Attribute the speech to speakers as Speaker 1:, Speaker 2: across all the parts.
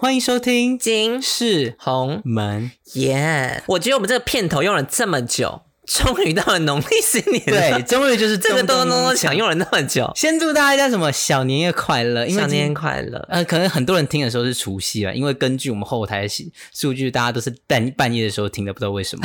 Speaker 1: 欢迎收听《
Speaker 2: 金
Speaker 1: 是
Speaker 2: 红
Speaker 1: 门》。
Speaker 2: 耶我觉得我们这个片头用了这么久，终于到了农历新年 了。
Speaker 1: 对，，终于就是
Speaker 2: 这个
Speaker 1: 咚
Speaker 2: 咚咚咚咚
Speaker 1: 锵
Speaker 2: 响用了那么久，
Speaker 1: 先祝大家什么小年夜快乐，因为
Speaker 2: 小
Speaker 1: 今
Speaker 2: 年夜 快乐！
Speaker 1: 呃，可能很多人听的时候是除夕啊，因为根据我们后台数数据，大家都是半半夜的时候听的，不知道为什 么。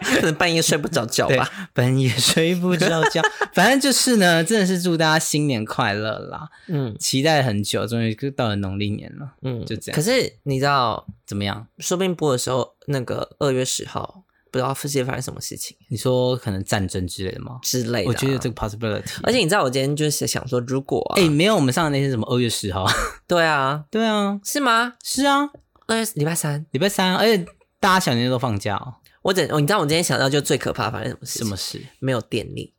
Speaker 2: 可能半夜睡不着觉
Speaker 1: 对
Speaker 2: 吧。，
Speaker 1: 半夜睡不着 觉，反正就是呢，真的是祝大家新年快乐啦！
Speaker 2: 嗯
Speaker 1: 期待很久，终于就到了农历年了，
Speaker 2: 嗯，
Speaker 1: 就这样
Speaker 2: 可是你知道，
Speaker 1: 怎么样？
Speaker 2: 说不定播的时候，那个二月十号，不知道世界发生什么事情
Speaker 1: 你说可能战争之类的吗？
Speaker 2: 之类的啊、
Speaker 1: 我觉得有这个 possibility，啊
Speaker 2: 而且你知道，我今天就是想说，如果啊、
Speaker 1: 哎、没有我们上的那些什么二月十号，
Speaker 2: 对啊，
Speaker 1: 对啊，
Speaker 2: 是吗？
Speaker 1: 是啊，
Speaker 2: 二月礼拜三，
Speaker 1: 礼拜三，啊而且大家小年夜都放假哦，
Speaker 2: 我整，你知道我今天想到就最可怕发生什么事
Speaker 1: 什
Speaker 2: 情？
Speaker 1: 么事？
Speaker 2: 没有电力。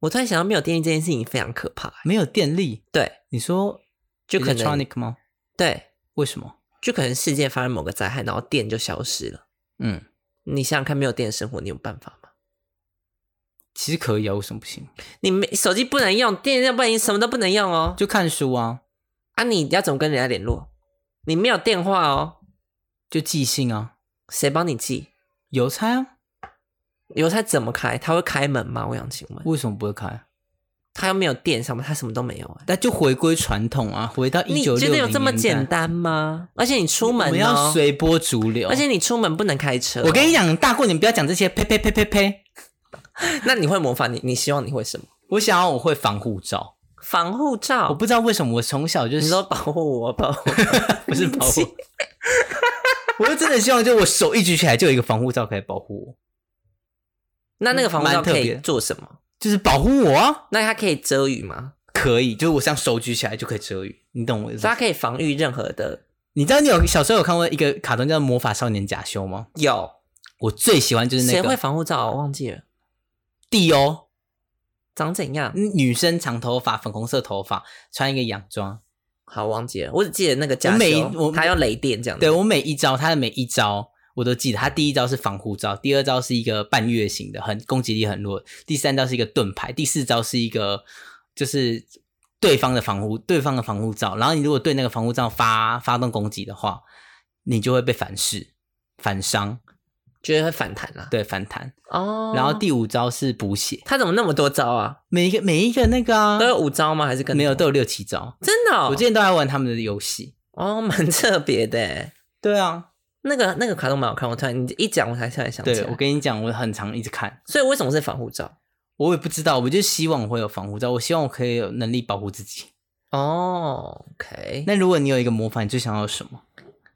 Speaker 2: 我突然想到，没有电力这件事情非常可怕、欸
Speaker 1: 没有电力？
Speaker 2: 对，
Speaker 1: 你说
Speaker 2: 就可能
Speaker 1: electronic 吗？
Speaker 2: 对，
Speaker 1: 为什么？
Speaker 2: 就可能世界发生某个灾害，然后电就消失了。
Speaker 1: 嗯，
Speaker 2: 你想想看，没有电的生活，你有办法吗？
Speaker 1: 其实可以啊，为什么不行？
Speaker 2: 你没手机不能用，电要不然你什么都不能用哦。
Speaker 1: 就看书啊，
Speaker 2: 啊，你要怎么跟人家联络？你没有电话哦，
Speaker 1: 就寄信啊，
Speaker 2: 谁帮你寄？
Speaker 1: 邮差啊，
Speaker 2: 邮差怎么开？他会开门吗？我想请问，
Speaker 1: 为什么不会开？
Speaker 2: 他又没有电什么，他什么都没有、哎
Speaker 1: 那就回归传统啊，回到一
Speaker 2: 你
Speaker 1: 九
Speaker 2: 觉
Speaker 1: 六
Speaker 2: 得
Speaker 1: 零
Speaker 2: 有这么简单吗？而且你出门、
Speaker 1: 我
Speaker 2: 哦、
Speaker 1: 们要随波逐流。
Speaker 2: 而且你出门不能开车哦、
Speaker 1: 我跟你讲，大过年不要讲这些，呸呸呸呸呸！
Speaker 2: 那你会模仿你？你希望你会什么？
Speaker 1: 我想要我会防护罩，
Speaker 2: 防护
Speaker 1: 我
Speaker 2: 罩？
Speaker 1: 不知道为什么我从小就
Speaker 2: 你
Speaker 1: 是
Speaker 2: 说保护我，保护
Speaker 1: 不是保护，我就真的希望就我手一举起来就有一个防护罩可以保护我，
Speaker 2: 那那个防护罩
Speaker 1: 蛮特
Speaker 2: 可
Speaker 1: 别
Speaker 2: 以做什么？
Speaker 1: 就是保护我啊，
Speaker 2: 那它可以遮雨吗？
Speaker 1: 可以，就是我这样手举起来就可以遮雨，你懂我的意思
Speaker 2: 所以它？可以防御任何的。
Speaker 1: 你知道你有小时候有看过一个卡通叫《魔法少年假修》吗？
Speaker 2: 有
Speaker 1: 我最喜欢就是
Speaker 2: 谁
Speaker 1: 那
Speaker 2: 会
Speaker 1: 个
Speaker 2: 防护罩啊？我忘记了，
Speaker 1: 地哦，
Speaker 2: 长怎样？
Speaker 1: 女生长头发，粉红色头发，穿一个洋装。
Speaker 2: 好，忘记了。我只记得那个家
Speaker 1: 我每一
Speaker 2: 修，
Speaker 1: 我
Speaker 2: 它要雷电这样。
Speaker 1: 对，我每一招，他的每一招我都记得。他第一招是防护罩，第二招是一个半月形的，很攻击力很弱；第三招是一个盾牌，第四招是一个就是对方的防护，对方的防护罩。然后你如果对那个防护罩发发动攻击的话，你就会被反噬、反伤，
Speaker 2: 觉得会反弹啊。
Speaker 1: 对，反弹。
Speaker 2: 哦，
Speaker 1: 然后第五招是补血，
Speaker 2: 它怎么那么多招啊？
Speaker 1: 每一个每一个那个啊
Speaker 2: 都，有五招吗？还是更多
Speaker 1: 没有都有六七招。
Speaker 2: 真的哦？
Speaker 1: 我之前都在玩他们的游戏。
Speaker 2: 哦，蛮特别的欸。
Speaker 1: 对啊，
Speaker 2: 那个那个卡通蛮好看，我突然你一讲，我才突然想起
Speaker 1: 对
Speaker 2: 来。
Speaker 1: 我跟你讲，我很常一直看。
Speaker 2: 所以为什么是防护罩？
Speaker 1: 我也不知道，我就希望我会有防护罩，我希望我可以有能力保护自己。
Speaker 2: 哦，OK，
Speaker 1: 那如果你有一个魔法，你最想要什么？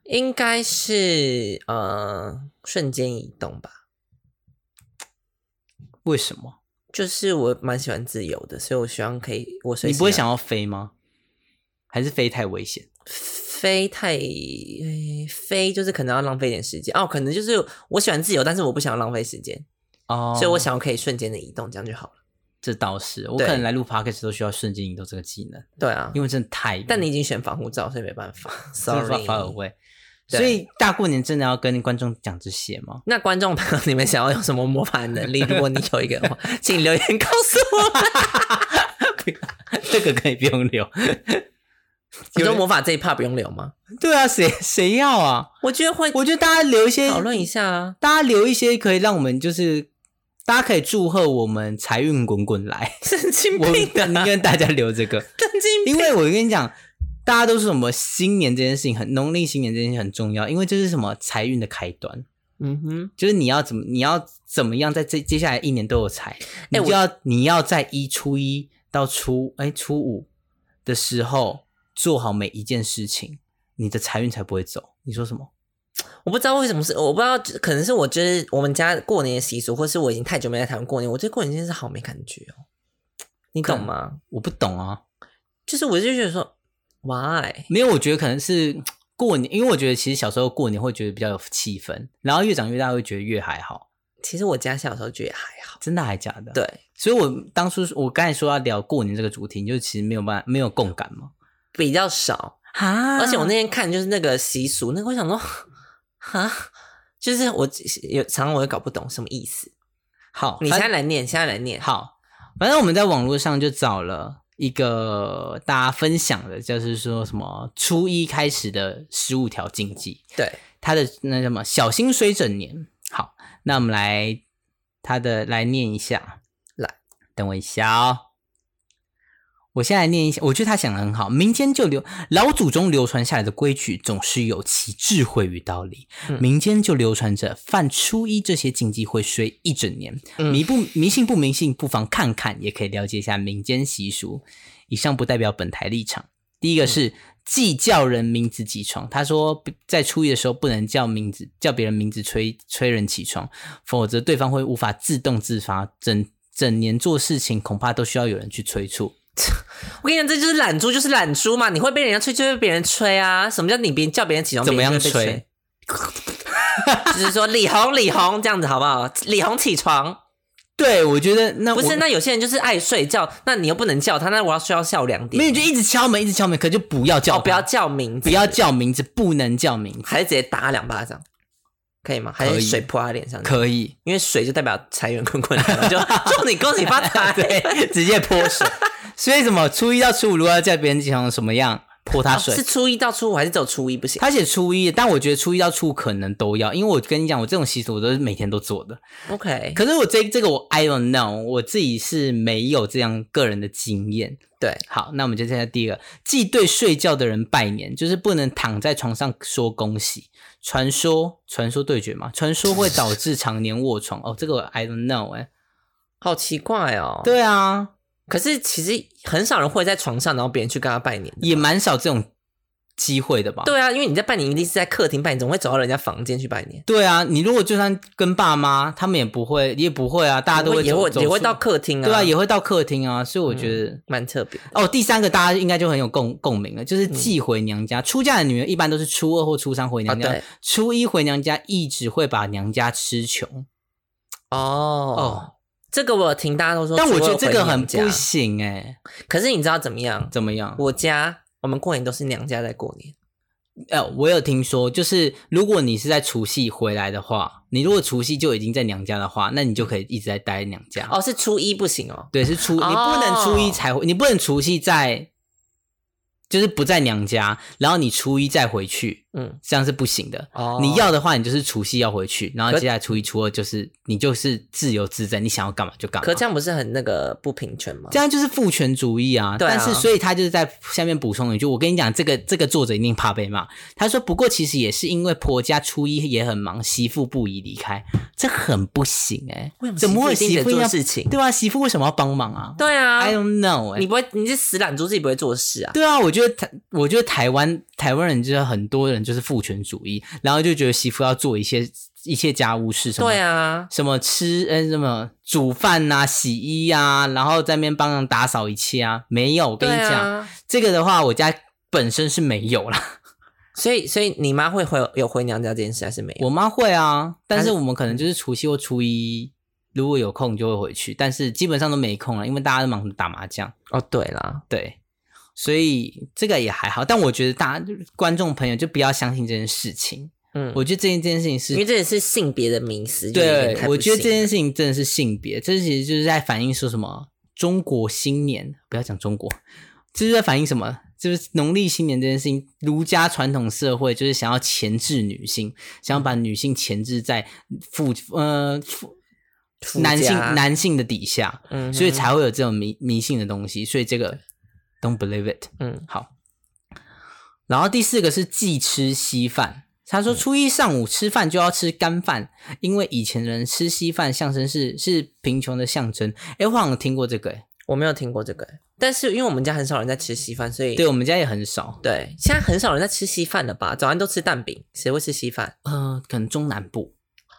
Speaker 2: 应该是呃瞬间移动吧。
Speaker 1: 为什么？
Speaker 2: 就是我蛮喜欢自由的，所以我希望可以我随
Speaker 1: 你
Speaker 2: 时
Speaker 1: 不会想要飞吗？还是飞太危险？
Speaker 2: 飞太诶飞，就是可能要浪费点时间哦。可能就是我喜欢自由，但是我不想要浪费时间，
Speaker 1: 哦
Speaker 2: 所以我想要可以瞬间的移动，这样就好了。
Speaker 1: 这倒是，我
Speaker 2: 对
Speaker 1: 可能来录 podcast 都需要瞬间移动这个技能，
Speaker 2: 对啊，
Speaker 1: 因为真的太……
Speaker 2: 但你已经选防护罩，所以没办 法
Speaker 1: 真的
Speaker 2: ，sorry
Speaker 1: 发。发而为。
Speaker 2: 对
Speaker 1: 所以大过年真的要跟观众讲这些吗？
Speaker 2: 那观众朋友，你们想要有什么魔法能力？如果你有一个的话， 请留言告诉我。
Speaker 1: 这个可以不用留。
Speaker 2: 你说魔法这一 part 不用留吗？
Speaker 1: 对啊，谁谁要啊？
Speaker 2: 我觉得会
Speaker 1: 我觉得大家留一些
Speaker 2: 讨论一下啊。
Speaker 1: 大家留一些可以让我们就是，大家可以祝贺我们财运滚滚来。
Speaker 2: 神经
Speaker 1: 我
Speaker 2: 病的、
Speaker 1: 宁
Speaker 2: 啊，
Speaker 1: 愿大家留这个，
Speaker 2: 神经病。
Speaker 1: 因为我跟你讲，大家都是什么新年这件事情很农历新年这件事情很重要，因为这是什么财运的开端，
Speaker 2: 嗯哼，
Speaker 1: 就是你要怎么你要怎么样在这接下来一年都有财，你
Speaker 2: 哎我
Speaker 1: 就要、你要在一初一到初哎初五的时候做好每一件事情，你的财运才不会走。你说什么？
Speaker 2: 我不知道为什么是，我不知道，可能是我就是我们家过年的习俗，或是我已经太久没来台湾过年，我对过年这件事好没感觉哦。你懂吗？
Speaker 1: 我不懂啊。
Speaker 2: 就是我就觉得说，why？
Speaker 1: 没有，我觉得可能是过年，因为我觉得其实小时候过年会觉得比较有气氛，然后越长越大会觉得越还好，
Speaker 2: 其实我家小时候觉得还好，
Speaker 1: 真的还假的？，
Speaker 2: 对，
Speaker 1: 所以我当初我刚才说要聊过年这个主题，你就其实没有办法没有共感嘛。
Speaker 2: 比较少。
Speaker 1: 啊
Speaker 2: 而且我那天看就是那个习俗，那个我想说，哈，就是我有常常我也搞不懂什么意思。
Speaker 1: 好，
Speaker 2: 你
Speaker 1: 反
Speaker 2: 现在来念，现在来念。
Speaker 1: 好，反正我们在网络上就找了一个大家分享的，就是说什么初一开始的十五条禁忌，
Speaker 2: 对，
Speaker 1: 它的那什么小心水整年。好，那我们来它的来念一下，
Speaker 2: 来，
Speaker 1: 等我一下哦。我现在念一下，我觉得他想的很好。民间就流老祖宗流传下来的规矩，总是有其智慧与道理。
Speaker 2: 嗯
Speaker 1: 民间就流传着犯初一这些禁忌会衰一整年。
Speaker 2: 嗯
Speaker 1: 迷不迷信不迷信，不妨看看，也可以了解一下民间习俗。以上不代表本台立场。第一
Speaker 2: 嗯
Speaker 1: 个是既叫人名字起床，他说不在初一的时候不能叫名字，叫别人名字催催人起床，否则对方会无法自动自发，整整年做事情恐怕都需要有人去催促。
Speaker 2: 我跟你讲，这就是懒猪，就是懒猪嘛！你会被人家吹，就会被别人吹啊！什么叫你别人叫别人起床？
Speaker 1: 怎么样
Speaker 2: 别人就会被
Speaker 1: 吹？
Speaker 2: 吹？ 就是说李红，李红这样子好不好？李红起床，
Speaker 1: 对，我觉得那
Speaker 2: 不
Speaker 1: 我
Speaker 2: 是？那有些人就是爱睡觉，那你又不能叫他，那我要睡到下午两点
Speaker 1: 没，有就一直敲门，一直敲门，可就不要叫他、
Speaker 2: 哦，不要叫名字，
Speaker 1: 不要叫名字，不能叫名字，
Speaker 2: 还是直接打他两巴掌，可以吗？还
Speaker 1: 可
Speaker 2: 是
Speaker 1: 以
Speaker 2: 水泼他脸上？
Speaker 1: 可以。
Speaker 2: 因为水就代表财源滚滚来，就 祝你恭喜发财。
Speaker 1: 对，直接泼水。所以什么初一到初五如果要叫别人起床，什么样泼他
Speaker 2: 哦
Speaker 1: 水？
Speaker 2: 是初一到初五还是只有初一不行？
Speaker 1: 他写初一，但我觉得初一到初五可能都要，因为我跟你讲，我这种习俗我都是每天都做的。
Speaker 2: OK，
Speaker 1: 可是我这这个我 I don't know，我自己是没有这样个人的经验。
Speaker 2: 对，
Speaker 1: 好，那我们就现在第一个，既对睡觉的人拜年，就是不能躺在床上说恭喜。传说，传说对决嘛，传说会导致常年卧床。哦，这个我 I don't know 哎、
Speaker 2: 好奇怪哦。，
Speaker 1: 对啊，
Speaker 2: 可是其实很少人会在床上，然后别人去跟他拜年。
Speaker 1: 也蛮少这种机会的吧？
Speaker 2: 对啊，因为你在拜年一定是在客厅拜年，总会走到人家房间去拜年，
Speaker 1: 对啊，你如果就算跟爸妈，他们也不会，也不会啊，大家都会
Speaker 2: 也
Speaker 1: 走
Speaker 2: 会
Speaker 1: 走
Speaker 2: 也会
Speaker 1: 出
Speaker 2: 到客厅啊，嗯
Speaker 1: 对啊，也会到客厅啊，所以我觉得。
Speaker 2: 蛮特别。
Speaker 1: 哦，第三个大家应该就很有共共鸣了，就是
Speaker 2: 嗯
Speaker 1: 寄回娘家。出嫁的女人一般都是初二或初三回娘家，
Speaker 2: 啊对
Speaker 1: 初一回娘家一直会把娘家吃穷。
Speaker 2: 哦
Speaker 1: 哦
Speaker 2: 哦，这个我有听大家都说，
Speaker 1: 但我觉得这个很
Speaker 2: 除了
Speaker 1: 不
Speaker 2: 回娘家。
Speaker 1: 行哎、
Speaker 2: 可是你知道怎么样？
Speaker 1: 怎么样？
Speaker 2: 我家我们过年都是娘家在过年，
Speaker 1: 呃，我有听说，就是如果你是在除夕回来的话，你如果除夕就已经在娘家的话，那你就
Speaker 2: 嗯
Speaker 1: 可以一直在待娘家。
Speaker 2: 哦，是初一不行哦。
Speaker 1: 对，是初你不能初一
Speaker 2: 哦
Speaker 1: 才回，你不能除夕在，就是不在娘家，然后你初一再回去，
Speaker 2: 嗯，
Speaker 1: 这样是不行的。
Speaker 2: 哦，
Speaker 1: 你要的话，你就是除夕要回去，然后
Speaker 2: 可
Speaker 1: 接下来初一、初二就是你就是自由自在，你想要干嘛就干嘛。
Speaker 2: 可这样不是很那个不平权吗？
Speaker 1: 这样就是父权主义啊。
Speaker 2: 对啊
Speaker 1: 但是所以他就是在下面补充一句，我跟你讲，这个这个作者一定怕被骂。他说，不过其实也是因为婆家初一也很忙，媳妇不宜离开，这很不行哎、
Speaker 2: 为什么
Speaker 1: 怎么会
Speaker 2: 媳妇
Speaker 1: 媳
Speaker 2: 一定
Speaker 1: 妇
Speaker 2: 得做
Speaker 1: 要
Speaker 2: 事情
Speaker 1: 对啊，媳妇为什么要帮忙啊？
Speaker 2: 对啊，
Speaker 1: I don't know 哎、
Speaker 2: 你不会，你是死懒猪，自己不会做事啊？
Speaker 1: 对啊，我觉得台，我觉得台湾台湾人就是很多人就是父权主义，然后就觉得媳妇要做一些一切家务事什么，
Speaker 2: 对，啊，
Speaker 1: 什么吃，嗯、什么煮饭呐、洗衣啊，然后在那边帮人打扫一切啊，没有，我跟
Speaker 2: 对
Speaker 1: 你讲，
Speaker 2: 啊，
Speaker 1: 这个的话，我家本身是没有啦，
Speaker 2: 所以所以你妈会回有回娘家这件事还是没有？
Speaker 1: 我妈会啊，但
Speaker 2: 还
Speaker 1: 是
Speaker 2: 是
Speaker 1: 我们可能就是除夕或初一。如果有空就会回去，但是基本上都没空了，因为大家都忙着打麻将。
Speaker 2: 哦，对啦，
Speaker 1: 对，所以这个也还好，但我觉得大家观众朋友就不要相信这件事情。
Speaker 2: 嗯，
Speaker 1: 我觉得这件这件事情
Speaker 2: 因为
Speaker 1: 是。
Speaker 2: 这也是性别的迷思，就有点
Speaker 1: 对
Speaker 2: 太，不
Speaker 1: 我觉得这
Speaker 2: 行
Speaker 1: 件事情真的是性别，这其实就是在反映说什么中国新年，不要讲中国，这是在反映什么？就是农历新年这件事情，儒家传统社会就是想要钳制女性，想要把
Speaker 2: 嗯
Speaker 1: 女性钳制在父呃父
Speaker 2: 附
Speaker 1: 男性
Speaker 2: 加
Speaker 1: 男性的底下，
Speaker 2: 嗯哼
Speaker 1: 所以才会有这种迷迷信的东西。所以这个 don't believe it。
Speaker 2: 嗯
Speaker 1: 好。然后第四个是忌吃稀饭。他
Speaker 2: 嗯
Speaker 1: 说初一上午吃饭就要吃干饭，因为以前人吃稀饭象征是是贫穷的象征。哎，我好像有听过这个，诶
Speaker 2: 我没有听过这个，但是因为我们家很少人在吃稀饭，所以
Speaker 1: 对我们家也很少，？
Speaker 2: 对现在很少人在吃稀饭了吧？早餐都吃蛋饼，谁会吃稀饭
Speaker 1: 呃，可能中南部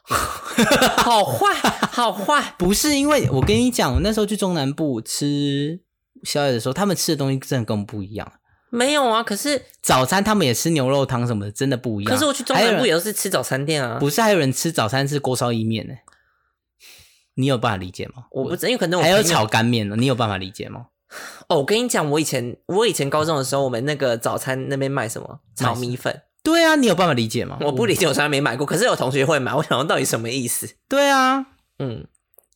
Speaker 2: 好坏，好坏，
Speaker 1: 不是因为我跟你讲，我那时候去中南部吃宵夜的时候，他们吃的东西真的跟我们不一样。
Speaker 2: 没有啊。可是
Speaker 1: 早餐他们也吃牛肉汤什么的，真的不一样。
Speaker 2: 可是我去中
Speaker 1: 还有
Speaker 2: 南
Speaker 1: 人
Speaker 2: 部也都是吃早餐店啊。
Speaker 1: 不是还有人吃早餐是锅烧意面呢、你有办法理解吗？
Speaker 2: 我不知，因为可能我
Speaker 1: 还有
Speaker 2: 朋友
Speaker 1: 炒干面呢，你有办法理解吗？
Speaker 2: 哦，我跟你讲，我以前我以前高中的时候，我们那个早餐那边卖什么
Speaker 1: 卖
Speaker 2: 炒
Speaker 1: 什
Speaker 2: 米粉，
Speaker 1: 对啊，你有办法理解吗？
Speaker 2: 我不理解，我从来没买过。可是有同学会买，我想说到底什么意思？
Speaker 1: 对啊，
Speaker 2: 嗯，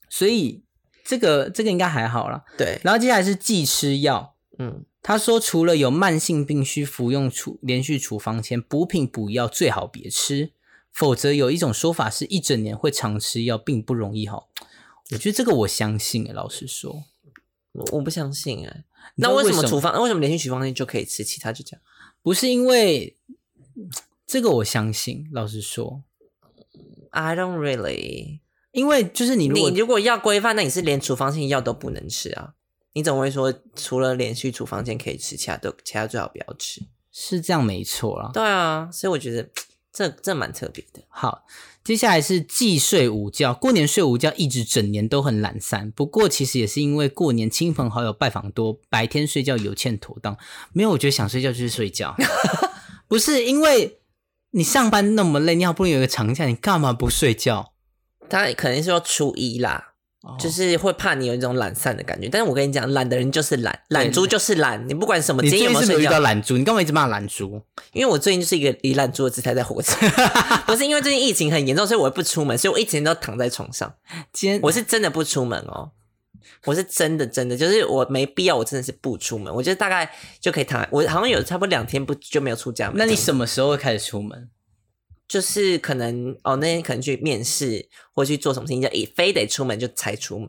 Speaker 1: 所以这个这个应该还好啦。
Speaker 2: 对，
Speaker 1: 然后接下来是忌吃药，
Speaker 2: 嗯，
Speaker 1: 他说，除了有慢性病需服用处连续处方前，补品补药最好别吃，否则有一种说法是一整年会常吃药，并不容易好。我觉得这个我相信、欸，老实说，
Speaker 2: 我我不相信哎、
Speaker 1: 你知
Speaker 2: 那
Speaker 1: 道
Speaker 2: 为
Speaker 1: 为
Speaker 2: 什么
Speaker 1: 么
Speaker 2: 处方？那为什么连续处方内就可以吃，其他就这样？
Speaker 1: 不是因为嗯这个我相信，老实说，
Speaker 2: I don't really
Speaker 1: 因为就是你
Speaker 2: 你。
Speaker 1: 如果
Speaker 2: 你如果要规范，那你是连处方性药都不能吃啊？你怎么会说除了连续处方间可以吃，其他都其他最好不要吃？
Speaker 1: 是这样没错啦。
Speaker 2: 对啊，所以我觉得这这蛮特别的。
Speaker 1: 好，接下来是既睡午觉。过年睡午觉一直整年都很懒散，不过其实也是因为过年亲朋好友拜访多，白天睡觉有欠妥当。没有，我觉得想睡觉就去睡 觉，不是因为你上班那么累，你好不容易有个长假，你干嘛不睡觉？
Speaker 2: 他可能是说初一啦，就
Speaker 1: 就是
Speaker 2: 是会怕你有一种懒散的感觉。但是我跟你讲，懒的人就是懒，懒猪就是懒，你不管什么，
Speaker 1: 哦你
Speaker 2: 今
Speaker 1: 最
Speaker 2: 天
Speaker 1: 近
Speaker 2: 有没有
Speaker 1: 是没有
Speaker 2: 睡
Speaker 1: 遇
Speaker 2: 觉
Speaker 1: 到，懒猪？你干嘛一直骂懒猪？
Speaker 2: 因为我最近就是一个以懒猪的姿态在活着。 不是因为最近疫情很严重，所以我不出门，所以我一整天都躺在床上。
Speaker 1: 今天
Speaker 2: 我是真的不出门哦，我是真的真的，就是我没必要，我真的是不出门。我觉得大概就可以躺，我好像有差不多两天不就没有出家门。
Speaker 1: 那你什么时候会开始出门？
Speaker 2: 就是可能哦，那天可能去面试或去做什么事情，就也非得出门就才出门，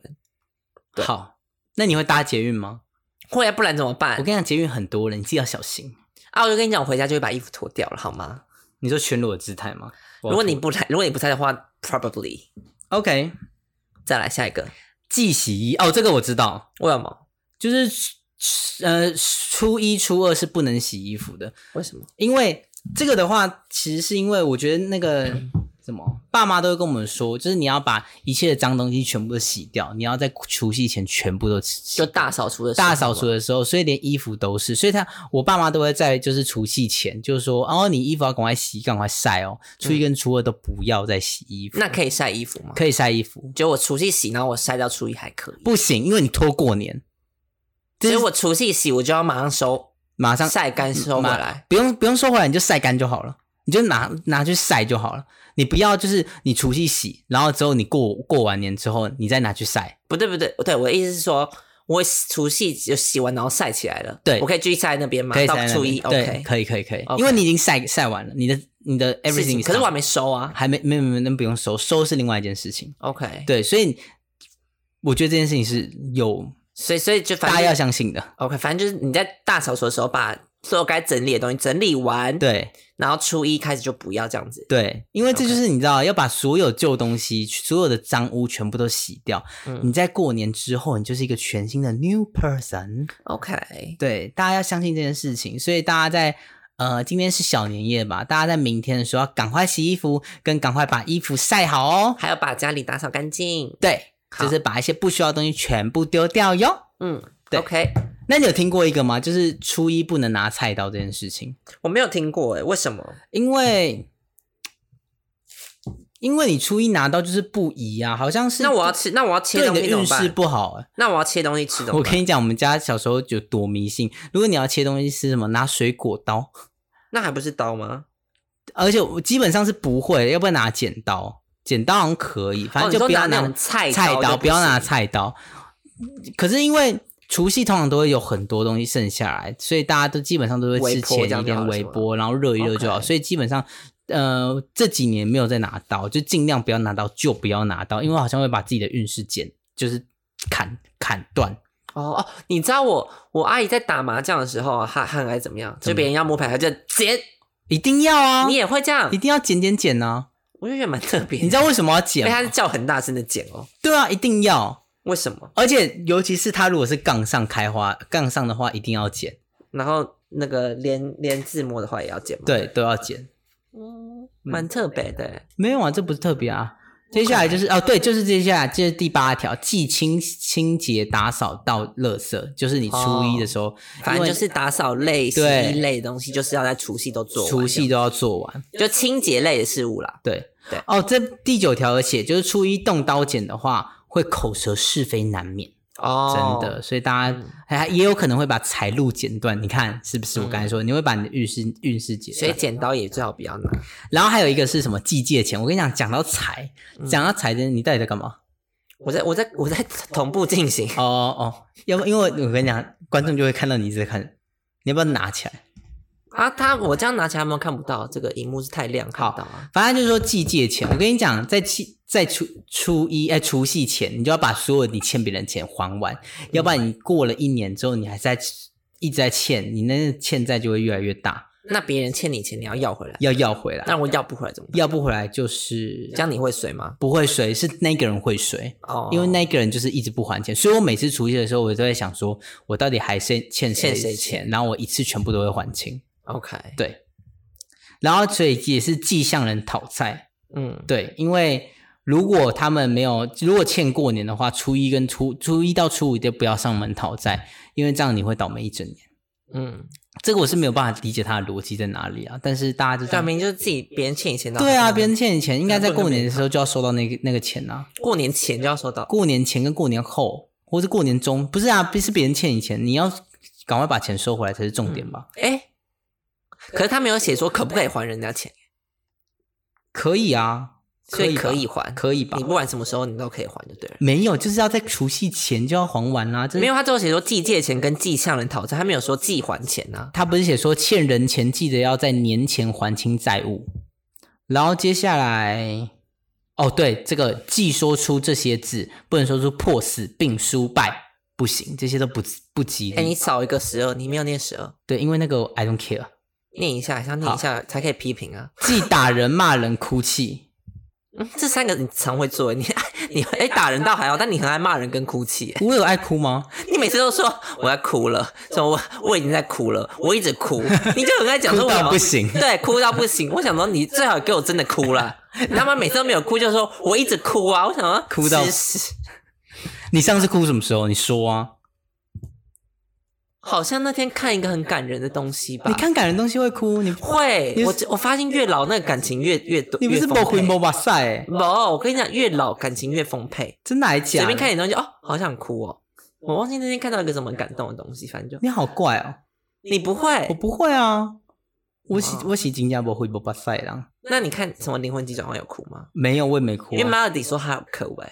Speaker 2: 对
Speaker 1: 好，那你会搭捷运吗？
Speaker 2: 后来不然怎么办
Speaker 1: 我？跟你讲，捷运很多人，你自己要小心。
Speaker 2: 啊，我就跟你讲，我回家就会把衣服脱掉了，好吗？
Speaker 1: 你说全裸的姿态吗？
Speaker 2: 如果你不来，如果你不在的话，probably
Speaker 1: OK，
Speaker 2: 再来下一个。
Speaker 1: 忌洗衣哦，这个我知道，
Speaker 2: 为什么？
Speaker 1: 就是呃，初一、初二是不能洗衣服的，
Speaker 2: 为什么？
Speaker 1: 因为这个的话，其实是因为我觉得那 个什么，爸妈都会跟我们说，就是你要把一切的脏东西全部都洗掉，你要在除夕前全部都洗
Speaker 2: 就大扫除的时候啊
Speaker 1: 大扫除的时候，所以连衣服都是，所以他我爸妈都会在就是除夕前，就是说，哦，你衣服要赶快洗，赶快晒哦，初一跟初二都不要再洗衣服，
Speaker 2: 那可以晒衣服吗？
Speaker 1: 可以晒衣服，
Speaker 2: 就我除夕洗，然后我晒到初一还可以。
Speaker 1: 不行，因为你拖过年，
Speaker 2: 所以我除夕洗，我就要马上收，
Speaker 1: 嗯马上
Speaker 2: 晒干收回
Speaker 1: 拿
Speaker 2: 来。
Speaker 1: 不用不用收回来，你就晒干就好了，你就拿拿去晒就好了。你不要就是你除夕洗，然后之后你过过完年之后，你再拿去晒。
Speaker 2: 不对不对，对我的意思是说，我除夕就洗完，然后晒起来了。
Speaker 1: 对
Speaker 2: 我可以继续晒在那边吗
Speaker 1: 可？以晒
Speaker 2: 到
Speaker 1: 在那
Speaker 2: 初
Speaker 1: 边
Speaker 2: 一
Speaker 1: 对，
Speaker 2: ，OK。
Speaker 1: 可以可以可以，
Speaker 2: OK
Speaker 1: 因为你已经晒晒完了，你的你的
Speaker 2: 事情
Speaker 1: everything
Speaker 2: 可是我还
Speaker 1: 完
Speaker 2: 没收啊。
Speaker 1: 还没没没没那不用收，收是另外一件事情。
Speaker 2: OK，
Speaker 1: 对，所以我觉得这件事情是有
Speaker 2: 所以所以就反
Speaker 1: 大家要
Speaker 2: 正
Speaker 1: 相信的。
Speaker 2: OK，反正就是你在大扫除的时候，把所有该整理的东西整理完，，
Speaker 1: 对
Speaker 2: 然后初一开始就不要这样子。
Speaker 1: 对，因为这
Speaker 2: OK
Speaker 1: 就是你知道要把所有旧东西、所有的脏污全部都洗掉。
Speaker 2: 嗯
Speaker 1: 你在过年之后，你就是一个全新的 new person。
Speaker 2: ，OK，
Speaker 1: 对，大家要相信这件事情，所以大家在呃，今天是小年夜吧，大家在明天的时候要赶快洗衣服，跟赶快把衣服晒好哦。
Speaker 2: 还要把家里打扫干净。
Speaker 1: 对，
Speaker 2: 好
Speaker 1: 就是把一些不需要的东西全部丢掉哟。
Speaker 2: 嗯
Speaker 1: 对
Speaker 2: ，OK，
Speaker 1: 那你有听过一个吗？就是初一不能拿菜刀这件事情，
Speaker 2: 我没有听过哎，为什么？
Speaker 1: 因为因为你初一拿到就是不宜啊，好像是
Speaker 2: 那我要吃，那我要切
Speaker 1: 对
Speaker 2: 东
Speaker 1: 你的
Speaker 2: 西怎
Speaker 1: 运
Speaker 2: 么
Speaker 1: 势
Speaker 2: 办？
Speaker 1: 不好、欸。
Speaker 2: 那我要切东西吃怎么
Speaker 1: 我
Speaker 2: 办？
Speaker 1: 跟你讲，我们家小时候就多迷信，如果你要切东西是什么，拿水果刀，
Speaker 2: 那还不是刀吗？
Speaker 1: 而且我基本上是不会，要不然拿剪刀，剪刀好像可以，反
Speaker 2: 哦
Speaker 1: 正
Speaker 2: 你
Speaker 1: 就
Speaker 2: 说
Speaker 1: 不要
Speaker 2: 拿那
Speaker 1: 拿
Speaker 2: 种菜
Speaker 1: 菜
Speaker 2: 刀就
Speaker 1: 刀，
Speaker 2: 不
Speaker 1: 不要拿
Speaker 2: 行
Speaker 1: 菜刀。可是因为除夕通常都会有很多东西剩下来，所以大家都基本上都会
Speaker 2: 微
Speaker 1: 吃
Speaker 2: 波这
Speaker 1: 前
Speaker 2: 样
Speaker 1: 一
Speaker 2: 就好
Speaker 1: 天
Speaker 2: 了
Speaker 1: 微
Speaker 2: 是吗
Speaker 1: 波，然后热一热就好。
Speaker 2: OK
Speaker 1: 所以基本上，呃，这几年没有再拿刀，就尽量不要拿刀，就不要拿刀，因为好像会把自己的运势剪，就是砍砍断。
Speaker 2: 哦哦，你知道我我阿姨在打麻将的时候啊，她她很爱怎么样？就别人要摸牌，她就剪。
Speaker 1: 一定要啊！
Speaker 2: 你也会这样
Speaker 1: 一？定要剪剪剪啊！
Speaker 2: 我就觉得蛮特别的。
Speaker 1: 你知道为什么要
Speaker 2: 因为
Speaker 1: 剪
Speaker 2: 她
Speaker 1: 吗？
Speaker 2: 是叫很大声的剪哦。
Speaker 1: 对啊，一定要。
Speaker 2: 为什么？
Speaker 1: 而且尤其是它如果是杠上开花，杠上的话一定要剪，
Speaker 2: 然后那个连连字幕的话也要剪吗？，
Speaker 1: 对，都要剪。
Speaker 2: 蛮特别的。
Speaker 1: 没有啊，这不是特别啊。接下来就是哦，对，就是接下来这、是第八条，既清清洁打扫到垃圾，就是你初一的时候，
Speaker 2: 哦反
Speaker 1: 因
Speaker 2: 正
Speaker 1: 为
Speaker 2: 就是打扫类、洗
Speaker 1: 对
Speaker 2: 衣类的东西，就是要在除夕都做完。
Speaker 1: 除夕都要做完。
Speaker 2: 就清洁类的事物啦。
Speaker 1: 对
Speaker 2: 对
Speaker 1: 哦，这第九条而且就是初一动刀剪的话，会口舌是非难免。
Speaker 2: 哦嗯
Speaker 1: 真的，，所以大家还也有可能会把财路剪断，你看是不是？我刚才说，你会把你的运势运势剪断，
Speaker 2: 嗯所以剪刀也最好不要拿。
Speaker 1: 然后还有一个是什么季借钱？我跟你讲，讲到财，
Speaker 2: 嗯
Speaker 1: 讲到财的，你到底在干嘛？
Speaker 2: 我在我在我在同步进行。
Speaker 1: 哦哦哦，要不因为我我跟你讲，观众就会看到你一直在看，你要不要拿起来？
Speaker 2: 啊，他我这样拿起来他们看不到，这个荧幕是太亮，看不到啊。
Speaker 1: 反正就是说季借钱，我跟你讲，在期在初初一哎除夕前，你就要把所有你欠别人钱还完，要不然你过了一年之后，你还在一直在欠，你那个欠债就会越来越大，
Speaker 2: 那别人欠你钱，你要要回来，
Speaker 1: 要要回来，
Speaker 2: 那我要不回来怎么办？
Speaker 1: 要不回来就是
Speaker 2: 这样你会随吗？
Speaker 1: 不会随，是那个人会随。
Speaker 2: 哦，
Speaker 1: 因为那个人就是一直不还钱，所以我每次除夕的时候，我都在想说，我到底还欠欠谁
Speaker 2: 欠谁
Speaker 1: 钱，然后我一次全部都会还清。
Speaker 2: OK，
Speaker 1: 对，然后所以也是既向人讨债。
Speaker 2: 嗯，
Speaker 1: 对，因为如果他们没有，如果欠过年的话，初一跟初初一到初五都不要上门讨债，因为这样你会倒霉一整年。
Speaker 2: 嗯，
Speaker 1: 这个我是没有办法理解他的逻辑在哪里啊，但是大家就这
Speaker 2: 表
Speaker 1: 样。
Speaker 2: 明就是自己别人欠你钱的，
Speaker 1: 对啊，啊别
Speaker 2: 别
Speaker 1: 人欠你钱，应该在过年的时候就要收到那个那个钱啊。
Speaker 2: 过年前就要收到。
Speaker 1: 过年前跟过年后，或是过年中，不是啊，不是别人欠你钱，你要赶快把钱收回来才是重点吧？
Speaker 2: 哎，可是他没有写说可不可以还人家钱，
Speaker 1: 可以啊，
Speaker 2: 所以
Speaker 1: 吧
Speaker 2: 可以还，
Speaker 1: 可以吧
Speaker 2: 你？不管什么时候你都可以还就对了。
Speaker 1: 没有，就是要在除夕前就要还完啦、这
Speaker 2: 没有，他最后写说既借钱跟既向人讨债，他没有说既还钱啊呐、
Speaker 1: 他不是写说欠人钱记得要在年前还清债务，然后接下来，哦对，这个既说出这些字，不能说出破死并输败，不行，这些都不不吉
Speaker 2: 哎，你
Speaker 1: 利。
Speaker 2: 少一个十二，你没有念十二，
Speaker 1: 对，因为那个 I don't care，
Speaker 2: 念一下，想念一下才可以批评啊。
Speaker 1: 既打人骂人哭泣，
Speaker 2: 嗯，这三个你常会做，你你哎打人倒还好，但你很爱骂人跟哭泣，哎
Speaker 1: 我有爱哭吗？
Speaker 2: 你每次都说我要哭了，说我我已经在哭了，我一直哭，你就很爱讲说
Speaker 1: 哭
Speaker 2: 我
Speaker 1: 到
Speaker 2: 要
Speaker 1: 不行
Speaker 2: 对，哭到不行。我想说你最好给我真的哭了，你他妈每次都没有哭，就说我一直哭啊，我想说
Speaker 1: 哭到
Speaker 2: 是是
Speaker 1: 你上次哭什么时候？你说啊。
Speaker 2: 好像那天看一个很感人的东西吧，
Speaker 1: 你看感人东西会哭，你
Speaker 2: 会
Speaker 1: 你，
Speaker 2: 我我发现越老那个感情越越多，
Speaker 1: 你不是
Speaker 2: 越
Speaker 1: 不
Speaker 2: 丰沛
Speaker 1: 回眸哇塞，
Speaker 2: 没有我跟你讲，越老感情越丰沛。
Speaker 1: 真的还假
Speaker 2: 随
Speaker 1: 的？
Speaker 2: 便看点东西，哦，好想哭哦。我忘记那天看到一个什么很感动的东西，反正就
Speaker 1: 你好怪哦，
Speaker 2: 你不会
Speaker 1: 我。不会啊，我喜
Speaker 2: 哇
Speaker 1: 我喜新加坡回眸哇塞啦，
Speaker 2: 那你看什么灵魂急转弯有哭吗？
Speaker 1: 没有我也没哭、
Speaker 2: 因为
Speaker 1: 啊。
Speaker 2: Melody 说她有哭哎、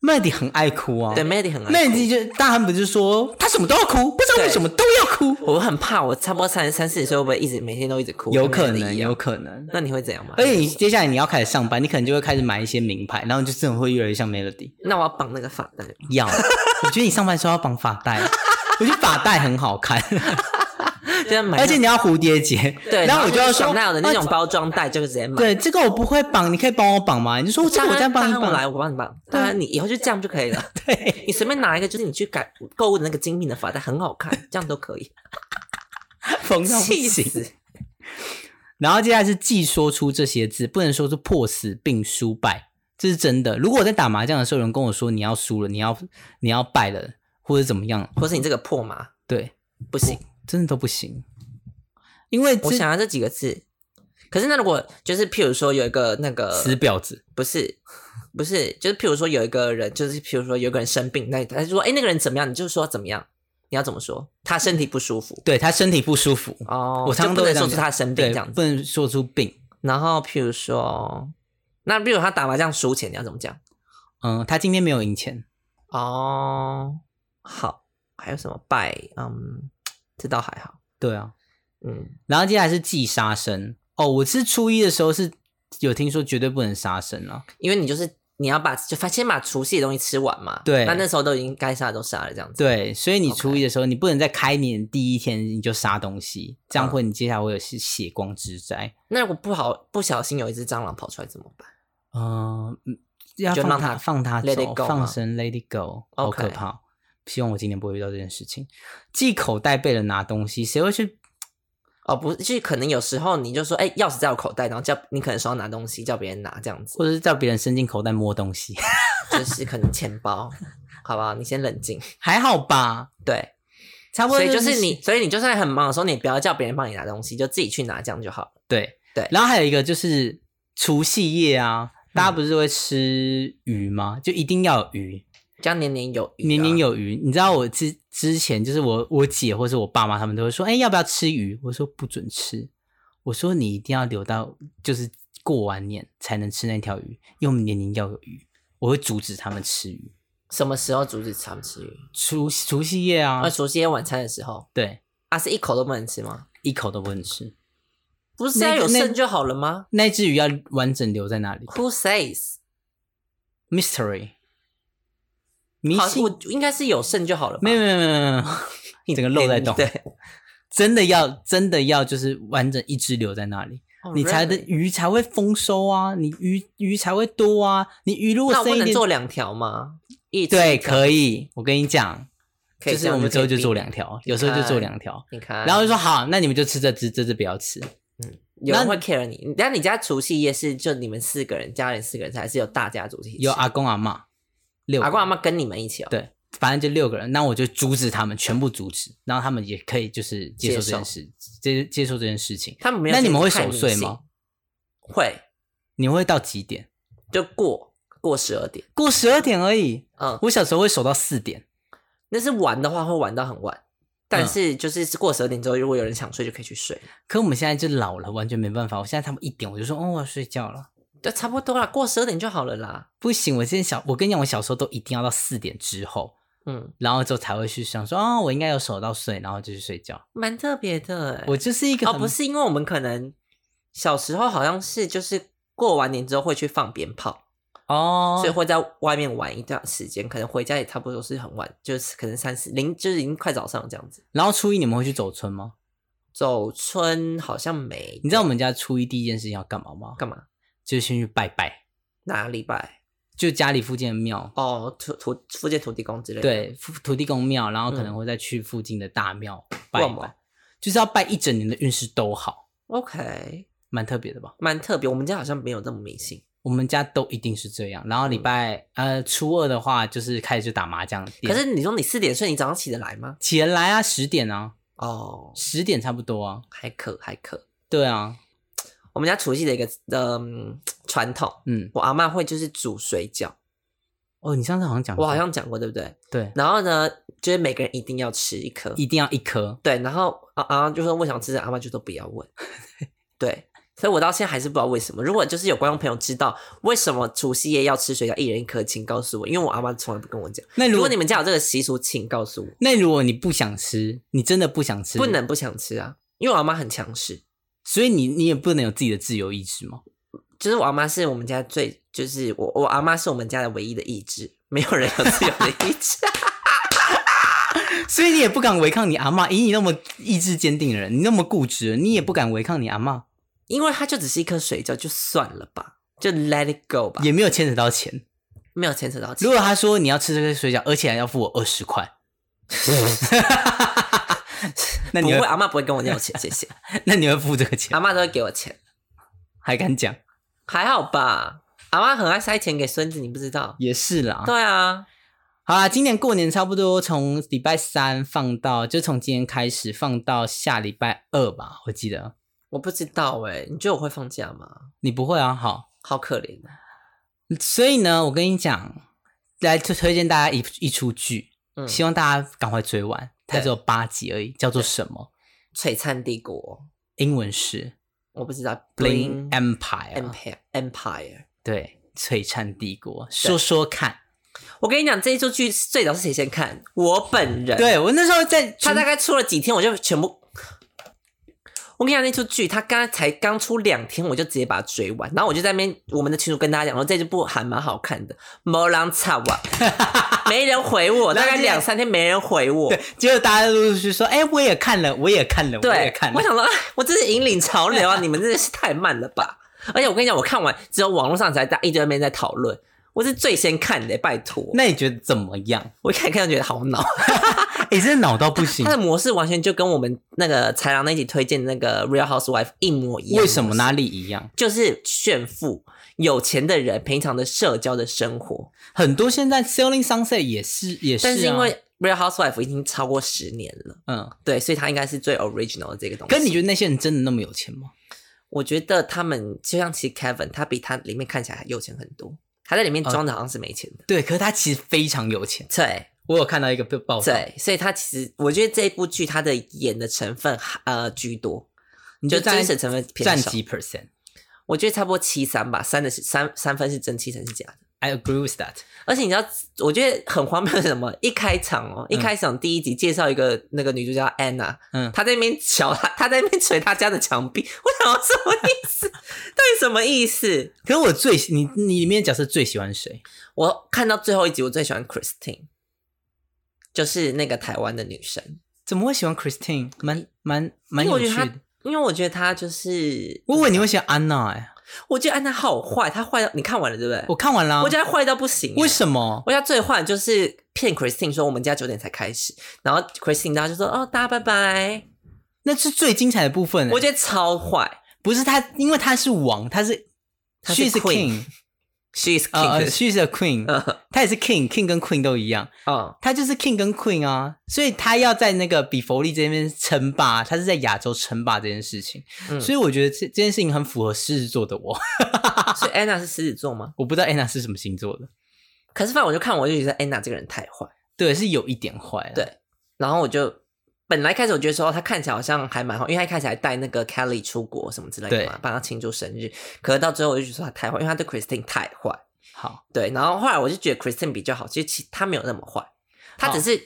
Speaker 1: 麦迪很爱哭啊，
Speaker 2: 对 Melody 很爱哭
Speaker 1: 麦迪就大汉不是说他什么都要哭，不知道为什么都要哭，
Speaker 2: 我很怕我差不多三十三四十岁会不会一直每天都一直哭？
Speaker 1: 有可
Speaker 2: 跟 Melody
Speaker 1: 能
Speaker 2: 一样
Speaker 1: 有哎可能。
Speaker 2: 那你会怎样吗？
Speaker 1: 而且你接下来你要开始上班，你可能就会开始买一些名牌，然后你就真的会越来越像 Melody。
Speaker 2: 那我要绑那个发带，
Speaker 1: 要，我觉得你上班的时候要绑发带，啊我觉得发带很好 看。
Speaker 2: 就要买那。
Speaker 1: 而且你要蝴蝶结，
Speaker 2: 对，
Speaker 1: 然后我就要说
Speaker 2: 香奈儿的那种
Speaker 1: 啊
Speaker 2: 包装袋，就直接买。
Speaker 1: 对，这个我不会绑，你可以帮我绑吗？你就说这个我再帮你
Speaker 2: 当然
Speaker 1: 绑，
Speaker 2: 来，我帮你绑。当然，你以后就这样就可以 了。
Speaker 1: 对，
Speaker 2: 你随便拿一个，就是你去改购物的那个精品的发带，很好看，这样都可以。
Speaker 1: 缝到不
Speaker 2: 气
Speaker 1: 行。
Speaker 2: 死！
Speaker 1: 然后接下来是既说出这些字，不能说是破死并输败，这是真的。如果我在打麻将的时候，有人跟我说你要输了，你要你要败了，或者怎么样，
Speaker 2: 或是你这个破码
Speaker 1: 对，
Speaker 2: 不行，
Speaker 1: 真的都不行，因为
Speaker 2: 我
Speaker 1: 这
Speaker 2: 想要这几个字。可是那如果就是譬如说有一个那个
Speaker 1: 死婊子，
Speaker 2: 不是不是，就是譬如说有一个人，就是譬如说有一个人生病，那他就说哎、那个人怎么样，你就说怎么样，你要怎么说？他身体不舒服
Speaker 1: 对他身体不舒服，
Speaker 2: 哦，
Speaker 1: 嗯我常常
Speaker 2: 就
Speaker 1: 都
Speaker 2: 不
Speaker 1: 会
Speaker 2: 能
Speaker 1: 这
Speaker 2: 说
Speaker 1: 样
Speaker 2: 出
Speaker 1: 讲
Speaker 2: 他生病
Speaker 1: 对
Speaker 2: 这样，子。
Speaker 1: 不能说出病。
Speaker 2: 然后譬如说，那譬如他打麻将输钱，你要怎么讲？
Speaker 1: 嗯，他今天没有赢钱，
Speaker 2: 哦，好，还有什么拜？嗯，这倒还好，
Speaker 1: 对啊，
Speaker 2: 嗯，
Speaker 1: 然后接下来是忌杀生。哦，我是初一的时候是有听说绝对不能杀生啊。
Speaker 2: 因为你就是你要把就先把除夕的东西吃完嘛，
Speaker 1: 对
Speaker 2: 那那时候都已经该杀的都杀了，这样子，
Speaker 1: 对，所以你
Speaker 2: OK
Speaker 1: 初一的时候，你不能在开年第一天你就杀东西，这样
Speaker 2: 嗯
Speaker 1: 会你接下来会有是血光之灾。
Speaker 2: 那如果不好不小心有一只蟑螂跑出来怎么办？
Speaker 1: 嗯、嗯要
Speaker 2: 就
Speaker 1: 放
Speaker 2: 让
Speaker 1: 它
Speaker 2: 它
Speaker 1: 放它
Speaker 2: let it
Speaker 1: 走，
Speaker 2: go
Speaker 1: 放
Speaker 2: 吗
Speaker 1: 生，let it go，好可
Speaker 2: OK
Speaker 1: 怕。希望我今年不会遇到这件事情。系口袋被人拿东西，谁会去？
Speaker 2: 哦，不是，就是可能有时候你就说，哎、钥匙在我口袋，然后叫你可能手上拿东西，叫别人拿这样子，
Speaker 1: 或者是叫别人伸进口袋摸东西，
Speaker 2: 就是可能钱包，好不好？你先冷静，
Speaker 1: 还好吧？
Speaker 2: 对，
Speaker 1: 差不多。
Speaker 2: 所以就是你，所以你就算很忙的时候，你也不要叫别人帮你拿东西，就自己去拿，这样就好了。
Speaker 1: 对
Speaker 2: 对
Speaker 1: 然后还有一个就是除夕夜啊，大
Speaker 2: 嗯
Speaker 1: 家不是会吃鱼吗？就一定要有鱼，
Speaker 2: 这样年年有余、啊，
Speaker 1: 年年有余。你知道我之之前就是我我姐或是我爸妈他们都会说，哎、要不要吃鱼？我说不准吃，我说你一定要留到就是过完年才能吃那条鱼，因为我们年年要有鱼。我会阻止他们吃鱼，
Speaker 2: 什么时候阻止他们吃鱼？
Speaker 1: 除除夕夜啊，
Speaker 2: 啊，除夕夜晚餐的时候
Speaker 1: 对，
Speaker 2: 啊，是一口都不能吃吗？
Speaker 1: 一口都不能吃。
Speaker 2: 不是
Speaker 1: 那
Speaker 2: 要
Speaker 1: 个
Speaker 2: 有
Speaker 1: 那
Speaker 2: 剩就好了吗
Speaker 1: 那只鱼要完整留在那里
Speaker 2: ？Who says？
Speaker 1: ，mystery，迷
Speaker 2: 好，
Speaker 1: 信，
Speaker 2: 我应该是有剩就好了吧。嗯
Speaker 1: 没有没有没有没有没 有，整个漏在洞，
Speaker 2: 啊对，
Speaker 1: 真的要真的要就是完整一只留在那里，你才的
Speaker 2: Oh, really？
Speaker 1: 鱼才会丰收啊，你鱼鱼才会多啊，你鱼如果
Speaker 2: 那我
Speaker 1: 剩
Speaker 2: 不
Speaker 1: 一
Speaker 2: 能
Speaker 1: 点，
Speaker 2: 做两条吗？一
Speaker 1: 对，
Speaker 2: 以，
Speaker 1: 可以，我跟你讲，
Speaker 2: 可以
Speaker 1: 就是
Speaker 2: 这样
Speaker 1: 我们之后
Speaker 2: 可以
Speaker 1: 就做
Speaker 2: 避
Speaker 1: 两
Speaker 2: 免。
Speaker 1: 条，有时候就做
Speaker 2: 看
Speaker 1: 两条，
Speaker 2: 你看，
Speaker 1: 然后就说好，那你们就吃这只，这只不要吃，
Speaker 2: 有人
Speaker 1: 那
Speaker 2: 会 care 你。但你家除夕夜是就你们四个人，家人四个人才，还是有大家族一起吃？
Speaker 1: 有阿公阿妈六个
Speaker 2: 阿公阿妈跟你们一起哦。
Speaker 1: 对，反正就六个人，那我就阻止他们全部阻止，然后他们也可以就是接受这件事，接接受这件事情。
Speaker 2: 他们没有。
Speaker 1: 那你们会守岁吗？？
Speaker 2: 会，
Speaker 1: 你会到几点？
Speaker 2: 就过过十二点。
Speaker 1: 过十二点而已。
Speaker 2: 嗯，
Speaker 1: 我小时候会守到四点，
Speaker 2: 那是玩的话会玩到很晚，但
Speaker 1: 嗯
Speaker 2: 是就是过十二点之后，如果有人想睡就可以去睡，
Speaker 1: 可我们现在就老了，完全没办法。我现在他们一点我就说，哦，我要睡觉了。
Speaker 2: 就差不多啦，过十二点就好了啦。
Speaker 1: 不行，我现在小，我跟你讲，我小时候都一定要到四点之后，
Speaker 2: 嗯，
Speaker 1: 然后之后才会去想说，哦，我应该有守到睡，然后就去睡觉。
Speaker 2: 蛮特别的欸。
Speaker 1: 我就是一个
Speaker 2: 哦，
Speaker 1: 很
Speaker 2: 不是因为我们可能小时候好像是就是过完年之后会去放鞭炮。
Speaker 1: 哦
Speaker 2: 所以，会在外面玩一段时间，可能回家也差不多是很晚，就是可能三四零，就是已经快早上这样子。
Speaker 1: 然后初一你们会去走村吗？
Speaker 2: 走春好像没，
Speaker 1: 你知道我们家初一第一件事情要干嘛吗？
Speaker 2: 干嘛？
Speaker 1: 就先去拜拜。
Speaker 2: 哪礼拜？
Speaker 1: 就家里附近的庙，
Speaker 2: 哦，土土附近土地公之类的。，
Speaker 1: 对，附土地公庙，然后可能
Speaker 2: 嗯
Speaker 1: 会再去附近的大庙拜
Speaker 2: 为
Speaker 1: 一
Speaker 2: 什么
Speaker 1: 拜，就是要拜一整年的运势都好，
Speaker 2: ，OK，
Speaker 1: 蛮特别的吧？
Speaker 2: 蛮特别。我们家好像没有这么迷信，
Speaker 1: 我们家都一定是这样。然后礼
Speaker 2: 嗯
Speaker 1: 拜、呃初二的话，就是开始就打麻将店，
Speaker 2: 可是你说你四点睡，你早上起得来吗？
Speaker 1: 起得来啊，十点啊，
Speaker 2: 哦，
Speaker 1: 十点差不多啊，
Speaker 2: 还可还可。
Speaker 1: 对啊，
Speaker 2: 我们家除夕的一个嗯传统，
Speaker 1: 嗯，
Speaker 2: 我阿嬷会就是煮水饺，
Speaker 1: 哦，你上次好像讲过，
Speaker 2: 我好像讲过对不对？
Speaker 1: 对，
Speaker 2: 然后呢，就是每个人一定要吃一颗，
Speaker 1: 一定要一颗，
Speaker 2: 对，然后啊啊就说我想吃这个，阿妈就说不要问。 对，所以我到现在还是不知道为什么。如果就是有观众朋友知道为什么除夕夜要吃水饺，一人一颗，请告诉我，因为我阿妈从来不跟我讲。
Speaker 1: 那
Speaker 2: 如
Speaker 1: 如
Speaker 2: 果
Speaker 1: 果
Speaker 2: 你们家有这个习俗，请告诉我，
Speaker 1: 那如果你不想吃，你真的不想吃，
Speaker 2: 不，能不想吃啊，因为我阿妈很强势，
Speaker 1: 所以你你也不能有自己的自由意志嘛。
Speaker 2: 就是我阿妈是我们家最，就是我我阿妈是我们家的唯一的意志，没有人有自由的意志。
Speaker 1: 所以你也不敢违抗你阿嬷，以你那么意志坚定的人，你那么固执，你也不敢违抗你阿嬷，
Speaker 2: 因为它就只是一颗水饺，就算了吧，就 let it go 吧，
Speaker 1: 也没有牵扯到钱。
Speaker 2: 没有牵扯到钱。
Speaker 1: 如果他说你要吃这个水饺，而且还要付我二十块， 那
Speaker 2: 不
Speaker 1: 你
Speaker 2: 会，啊
Speaker 1: 会
Speaker 2: 阿妈不会跟我要钱，谢谢。
Speaker 1: 那你会付这个钱，
Speaker 2: 阿妈都会给我钱。
Speaker 1: 还敢讲？
Speaker 2: 还好吧，阿妈很爱塞钱给孙子，你不知道？
Speaker 1: 也是啦。
Speaker 2: 对啊，
Speaker 1: 好啦，今年过年差不多从礼拜三放到，就从今天开始放到下礼拜二吧，我记得。
Speaker 2: 我不知道哎、你觉得我会放假吗？
Speaker 1: 你不会啊？好，
Speaker 2: 好可怜啊，
Speaker 1: 所以呢，我跟你讲，来推推荐大家一一出剧，
Speaker 2: 嗯
Speaker 1: 希望大家赶快追完。它
Speaker 2: 对
Speaker 1: 只有八集而已，叫做什么？
Speaker 2: 璀璨帝国，
Speaker 1: 英文是
Speaker 2: 我不知道。
Speaker 1: 《Bling
Speaker 2: Bling
Speaker 1: Empire》
Speaker 2: Empire Empire，
Speaker 1: 对，《璀璨帝国》。说说看，
Speaker 2: 我跟你讲，这一出剧最早是谁先看？我本人。，
Speaker 1: 对我那时候在
Speaker 2: 他大概出了几天，我就全部。我跟你讲，那出剧他刚才刚出两天，我就直接把它追完，然后我就在那边我们的群主跟大家讲说这部还蛮好看的，没人吵啊， 没人回我，大概两三天没人回我，
Speaker 1: 对，结果大家陆陆续续说，哎，我也看了，我也看了，我也
Speaker 2: 对，
Speaker 1: 看
Speaker 2: 我
Speaker 1: 了。
Speaker 2: 想说，哎我真是引领潮 流啊！你们真的是太慢了吧！而且我跟你讲，我看完只有网络上才大一堆人在讨论，我是最先看的、拜托。
Speaker 1: 那你觉得怎么样？
Speaker 2: 我一看一看就觉得好恼，
Speaker 1: 哎，真的恼到不行
Speaker 2: 它。的模式完全就跟我们那个豺狼那一集推荐的那个 Real Housewife 一模一样。
Speaker 1: 为什么？哪里一样？
Speaker 2: 就是炫富，有钱的人平常的社交的生活，
Speaker 1: 很多现在《Selling Sunset》也是也是啊，
Speaker 2: 但是因为 Real Housewife 已经超过十年了，
Speaker 1: 嗯，
Speaker 2: 对，所以它应该是最 original 的这个东西。
Speaker 1: 可是你觉得那些人真的那么有钱吗？
Speaker 2: 我觉得他们就像其实 Kevin，他比他里面看起来有钱很多，他在里面装的好像是没钱的。
Speaker 1: 对，可是他其实非常有钱。
Speaker 2: 对
Speaker 1: 我有看到一个报道，
Speaker 2: 对，所以他其实我觉得这部剧他的演的成分呃居多，
Speaker 1: 你
Speaker 2: 就
Speaker 1: 大概
Speaker 2: 真实成分偏
Speaker 1: 占
Speaker 2: 少。
Speaker 1: 几 percent？
Speaker 2: 我觉得差不多七三吧，三的是三三分是真，七成是假的。
Speaker 1: I agree with that。
Speaker 2: 而且你知道，我觉得很荒谬的是什么？一开场哦，一开场第一集介绍一个那个女主角安娜，
Speaker 1: 嗯，
Speaker 2: 她在那边瞧她， 她在那边捶她家的墙壁，我想说什么意思？ 到底什么意思？
Speaker 1: 可是我最你你里面的角色最喜欢谁？
Speaker 2: 我看到最后一集，我最喜欢 Christine，就是那个台湾的女生，
Speaker 1: 怎么会喜欢 Christine？蛮蛮蛮
Speaker 2: 因为
Speaker 1: 有趣
Speaker 2: 我觉得她
Speaker 1: 的。，
Speaker 2: 因为我觉得她就是，
Speaker 1: 我以为你会喜欢安娜哎、
Speaker 2: 我觉得安娜好坏，她坏到你看完了对不对？
Speaker 1: 我看完啦。
Speaker 2: 我觉得她坏到不行、啊
Speaker 1: 为什么？
Speaker 2: 我家最坏就是骗 Christine 说我们家九点才开始，然后 Christine 大家就说哦大家拜拜，
Speaker 1: 那是最精彩的部分、欸。
Speaker 2: 我觉得超坏。
Speaker 1: 不是他，因为他是王，他是
Speaker 2: 他是
Speaker 1: she's a
Speaker 2: queen
Speaker 1: king，
Speaker 2: She's
Speaker 1: 呃呃
Speaker 2: king，
Speaker 1: ，she's a queen，
Speaker 2: 嗯
Speaker 1: 他也是 king，king 跟 queen 都一样，
Speaker 2: 嗯，
Speaker 1: 他就是 king 跟 queen 啊，所以他要在那个比佛利这边称霸，他是在亚洲称霸这件事情，
Speaker 2: 嗯
Speaker 1: 所以我觉得这这件事情很符合狮子座的我，
Speaker 2: 所以 Anna 是狮子座吗？
Speaker 1: 我不知道 Anna 是什么星座的，
Speaker 2: 可是反正我就看我就觉得 Anna 这个人太坏，
Speaker 1: 对，是有一点坏啊，
Speaker 2: 对然后我就本来开始我觉得说她看起来好像还蛮好，因为她一开始还带那个 Kelly 出国什么之类的嘛
Speaker 1: 对，
Speaker 2: 帮她庆祝生日。可是到最后我就觉得说她太坏，因为她对 Christine 太坏。
Speaker 1: 好，
Speaker 2: 对，然后后来我就觉得 Christine 比较好，其实其她没有那么坏，她
Speaker 1: 哦
Speaker 2: 只是、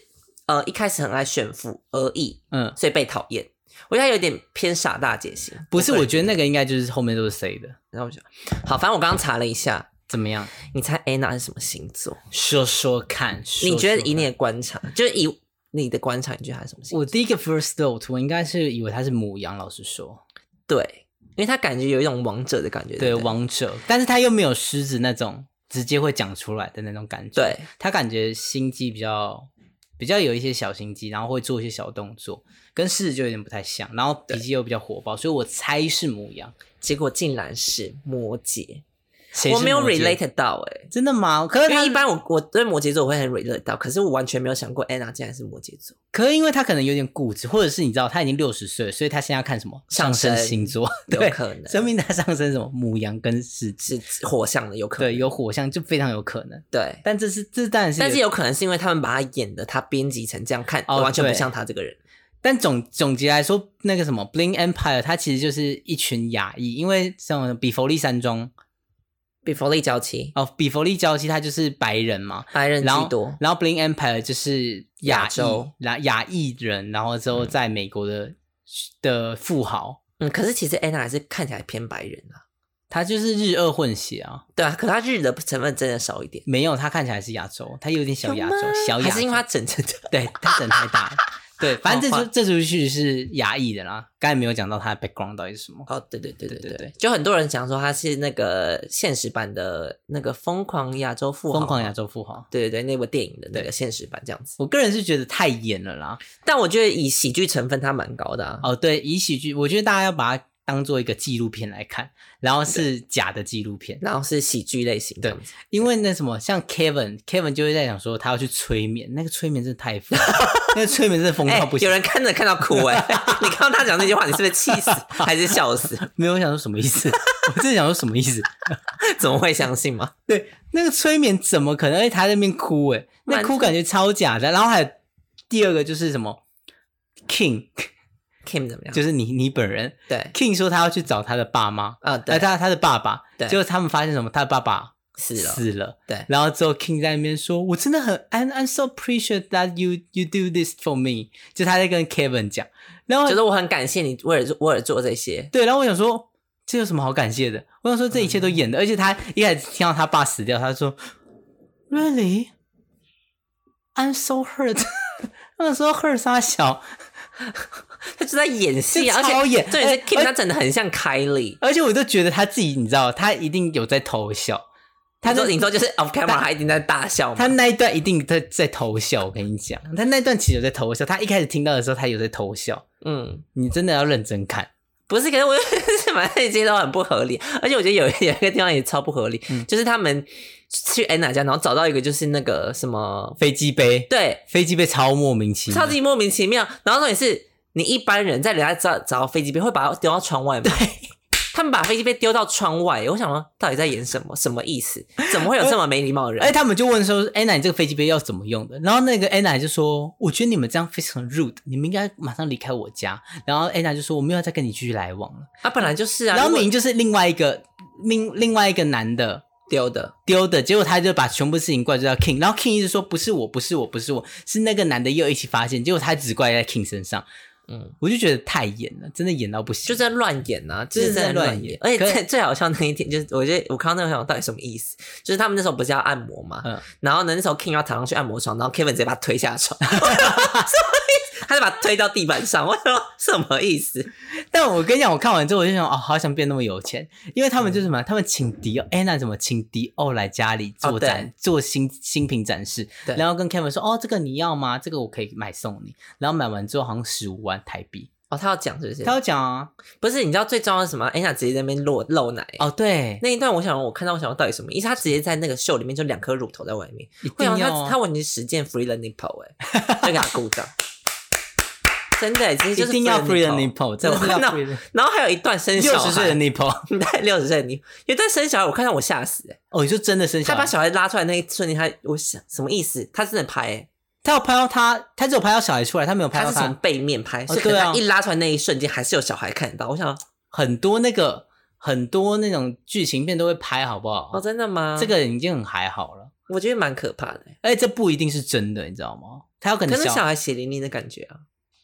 Speaker 2: 呃一开始很爱炫富而已，
Speaker 1: 嗯，
Speaker 2: 所以被讨厌。我觉得他有点偏傻大姐型，
Speaker 1: 不是，
Speaker 2: 个人
Speaker 1: 我觉得那个应该就是后面都是谁的，
Speaker 2: 然后我就好，反正我刚刚查了一下，
Speaker 1: 怎么样？
Speaker 2: 你猜 Anna 是什么星座？
Speaker 1: 说说看，说
Speaker 2: 你觉得
Speaker 1: 说
Speaker 2: 以
Speaker 1: 看
Speaker 2: 你的观察，就是以你的观察，你觉得他是什么星座？
Speaker 1: 我第一个 first thought 我应该是以为他是母羊，老实说。
Speaker 2: 对，因为他感觉有一种王者的感觉，
Speaker 1: 对
Speaker 2: 不对
Speaker 1: 王者，但是他又没有狮子那种直接会讲出来的那种感觉。，
Speaker 2: 对
Speaker 1: 他感觉心机比较比较有一些小心机，然后会做一些小动作，跟狮子就有点不太像，然后脾气又比较火爆，所以我猜是母羊。
Speaker 2: 结果竟然是摩羯，
Speaker 1: 谁是
Speaker 2: 我没有
Speaker 1: 摩羯
Speaker 2: related 到哎、
Speaker 1: 真的吗？可是
Speaker 2: 因
Speaker 1: 他
Speaker 2: 为一般我我对摩羯座我会很 relate 到，可是我完全没有想过 Anna 竟然是摩羯座。
Speaker 1: 可是因为他可能有点固执，或者是你知道他已经六十岁了，所以他现在要看什么
Speaker 2: 上升
Speaker 1: 升星座，
Speaker 2: 有
Speaker 1: 对，
Speaker 2: 可能
Speaker 1: 说明他上升什么母羊跟狮子，
Speaker 2: 是火象的，有可能
Speaker 1: 对，有火象就非常有可能。
Speaker 2: 对，
Speaker 1: 但这是这当然是一个
Speaker 2: 但是有可能是因为他们把他演的，他编辑成这样看，
Speaker 1: 哦
Speaker 2: 完全不
Speaker 1: 对
Speaker 2: 像他这个人。
Speaker 1: 但总总结来说，那个什么《Bling Empire》，它其实就是一群亚裔，因为像比佛利山庄
Speaker 2: 比佛利娇妻，
Speaker 1: 哦，比佛利郊区它就是白人嘛，
Speaker 2: 白人
Speaker 1: 然
Speaker 2: 居
Speaker 1: 后
Speaker 2: 多，
Speaker 1: 然后《Bling Empire》就是
Speaker 2: 亚
Speaker 1: 亚裔
Speaker 2: 洲，
Speaker 1: 然后亚裔人，然后之后在美国的、的富豪，
Speaker 2: 嗯，可是其实 Anna 还是看起来偏白人啊。
Speaker 1: 他就是日俄混血啊，
Speaker 2: 对啊，可他日的成分真的少一点，
Speaker 1: 没有他看起来是亚洲，他有点小亚洲
Speaker 2: 有吗，
Speaker 1: 小亚
Speaker 2: 还
Speaker 1: 洲，
Speaker 2: 是因为他整整的
Speaker 1: 对他整太 大了。 对，反正这
Speaker 2: 好
Speaker 1: 出这出剧是亚裔的啦，刚才没有讲到他的 background 到底是什么。
Speaker 2: 哦，对对对
Speaker 1: 对
Speaker 2: 对对
Speaker 1: 对
Speaker 2: 对
Speaker 1: 对，
Speaker 2: 就很多人讲说他是那个现实版的那个《疯狂亚洲富豪》，
Speaker 1: 疯狂亚，洲富豪，
Speaker 2: 对对对，那部电影的那个
Speaker 1: 对
Speaker 2: 现实版这样子。
Speaker 1: 我个人是觉得太演了啦，
Speaker 2: 但我觉得以喜剧成分，它蛮高的啊。
Speaker 1: 哦，对，以喜剧，我觉得大家要把它当做一个纪录片来看，然后是假的纪录片，
Speaker 2: 然后是喜剧类型，
Speaker 1: 对，因为那什么，像 Kevin，Kevin 就会在想说他要去催眠，那个催眠真的太疯 了，那个催眠真的疯
Speaker 2: 哎、
Speaker 1: 到不行。
Speaker 2: 有人看着看到哭 哎、你看到他讲那句话，你是不是气死还是笑死？
Speaker 1: 没有，我想说什么意思？ 我真的想说什么意思？
Speaker 2: 怎么会相信吗？
Speaker 1: 对，那个催眠怎么可能？而且他在那边哭、欸，那
Speaker 2: 蛮
Speaker 1: 哭感觉超假的。然后还有第二个就是什么 King，
Speaker 2: Kim 怎么样？
Speaker 1: 就是你你本人
Speaker 2: 对，
Speaker 1: King 说他要去找他的爸妈，
Speaker 2: 啊、
Speaker 1: 呃，
Speaker 2: 对，
Speaker 1: 他他的爸爸，
Speaker 2: 对
Speaker 1: 结果他们发现什么？他的爸爸
Speaker 2: 死了，
Speaker 1: 死了。
Speaker 2: 对，
Speaker 1: 然后之后 King 在那边说：“我真的很 I'm I'm so appreciate that you you do this for me。”就他在跟 Kevin 讲，然后
Speaker 2: 觉得我很感谢你为了做为了做这些，
Speaker 1: 对，然后我想说这有什么好感谢的？我想说这一切都
Speaker 2: 嗯
Speaker 1: 演的，而且他一开始听到他爸死掉，他说：“Really, I'm so hurt 。” 那时候 hurt 他小，
Speaker 2: 他就在演戏
Speaker 1: 这
Speaker 2: 啊，而且
Speaker 1: 超演
Speaker 2: 对，是
Speaker 1: 哎
Speaker 2: Kim
Speaker 1: 哎
Speaker 2: 他真的很像凯莉。
Speaker 1: 而且我都觉得他自己，你知道，他一定有在偷笑。他
Speaker 2: 他说：“
Speaker 1: 那
Speaker 2: 你说就是 off camera，他一定在大笑
Speaker 1: 他
Speaker 2: 嘛。
Speaker 1: 那一段一定在在偷笑，我跟你讲，他那一段其实有在偷笑。他一开始听到的时候，他有在偷笑。
Speaker 2: 嗯，
Speaker 1: 你真的要认真看。
Speaker 2: 不是，可是我 反正这些都很不合理，而且我觉得有有一个地方也超不合理，
Speaker 1: 嗯
Speaker 2: 就是他们去 Anna 家，然后找到一个就是那个什么，
Speaker 1: 飞机杯，
Speaker 2: 对，
Speaker 1: 飞机杯超莫名其妙，
Speaker 2: 超级莫名其妙。然后重点是你一般人在人家找找飞机杯会把它丢到窗外吗？他们把飞机杯丢到窗外，我想说到底在演什么？什么意思？怎么会有这么没礼貌的人？
Speaker 1: 哎，他们就问说：“Anna，你这个飞机杯要怎么用的？”然后那个 Anna 就说：“我觉得你们这样非常 rude，你们应该马上离开我家。”然后 Anna 就说：“我没有再跟你继续来往了。
Speaker 2: 啊，本来就是啊。
Speaker 1: 然后
Speaker 2: 如果
Speaker 1: 明明就是另外一个另另外一个男的
Speaker 2: 丢的，
Speaker 1: 丢的，结果他就把全部事情怪罪到 King，然后 King 一直说不是我，不是我，不是我，是那个男的又一起发现，结果他只怪在 King 身上，
Speaker 2: 嗯，
Speaker 1: 我就觉得太演了，真的演到不行，
Speaker 2: 就在乱演啊，
Speaker 1: 就
Speaker 2: 就
Speaker 1: 是是在
Speaker 2: 在乱
Speaker 1: 乱演
Speaker 2: 而且
Speaker 1: 可是
Speaker 2: 最最好笑那一点就是，我觉得我看到那个朋友到底什么意思？就是他们那时候不是要按摩嘛，
Speaker 1: 嗯
Speaker 2: 然后呢，那时候 King 要躺上去按摩床，然后 Kevin 直接把他推 下床，什么意思？他就把他推到地板上，我说什么意思？
Speaker 1: 但我跟你讲，我看完之后我就想，哦，好想变那么有钱，因为他们就是什么，他们请迪奥，安娜什么，请迪奥来家里
Speaker 2: 嗯哦
Speaker 1: 做
Speaker 2: 对
Speaker 1: 展、做新新品展示，
Speaker 2: 对
Speaker 1: 然后跟 Kevin 说，哦，这个你要吗？这个我可以买送你，然后买完之后好像十五万台币，
Speaker 2: 哦，他要讲是不是？
Speaker 1: 他有讲啊，
Speaker 2: 不是，你知道最重要的是什么安娜直接在那边露露奶。
Speaker 1: 哦，对，
Speaker 2: 那一段我想我看到我想到到底什么意思？他直接在那个秀里面就两颗乳头在外面，
Speaker 1: 一
Speaker 2: 会
Speaker 1: 定
Speaker 2: 啊，
Speaker 1: 要
Speaker 2: 他
Speaker 1: 啊
Speaker 2: 他完全实践 free the nipple 哎、就给他鼓掌， 真的、欸，其实
Speaker 1: 一
Speaker 2: 就是
Speaker 1: 定要 free the
Speaker 2: the
Speaker 1: nipple，真
Speaker 2: 对
Speaker 1: 的是要
Speaker 2: 那
Speaker 1: free the。
Speaker 2: 然后还有一段生
Speaker 1: 六
Speaker 2: 小
Speaker 1: 十岁 的
Speaker 2: 孩，
Speaker 1: nipple，
Speaker 2: 对，六十岁的你，有一段生小孩，我看到我吓死、欸，
Speaker 1: 哦，你就真的生
Speaker 2: 他
Speaker 1: 小
Speaker 2: 把
Speaker 1: 孩？
Speaker 2: 小孩拉出来那一瞬间，他我想什么意思？他真的拍、欸，
Speaker 1: 他有拍到他，他只有拍到小孩出来，他没有拍
Speaker 2: 他
Speaker 1: 到
Speaker 2: 是从
Speaker 1: 他
Speaker 2: 背面拍，哦所以可
Speaker 1: 对
Speaker 2: 能
Speaker 1: 啊
Speaker 2: 他一拉出来那一瞬间，还是有小孩看得到。我想，
Speaker 1: 很多那个很多那种剧情片都会拍，好不好？
Speaker 2: 哦，真的吗？
Speaker 1: 这个已经很还好了。
Speaker 2: 我觉得蛮可怕的、欸，
Speaker 1: 而且哎这不一定是真的，你知道吗？他有可
Speaker 2: 可
Speaker 1: 能
Speaker 2: 能
Speaker 1: 小
Speaker 2: 小孩血淋淋的感觉啊。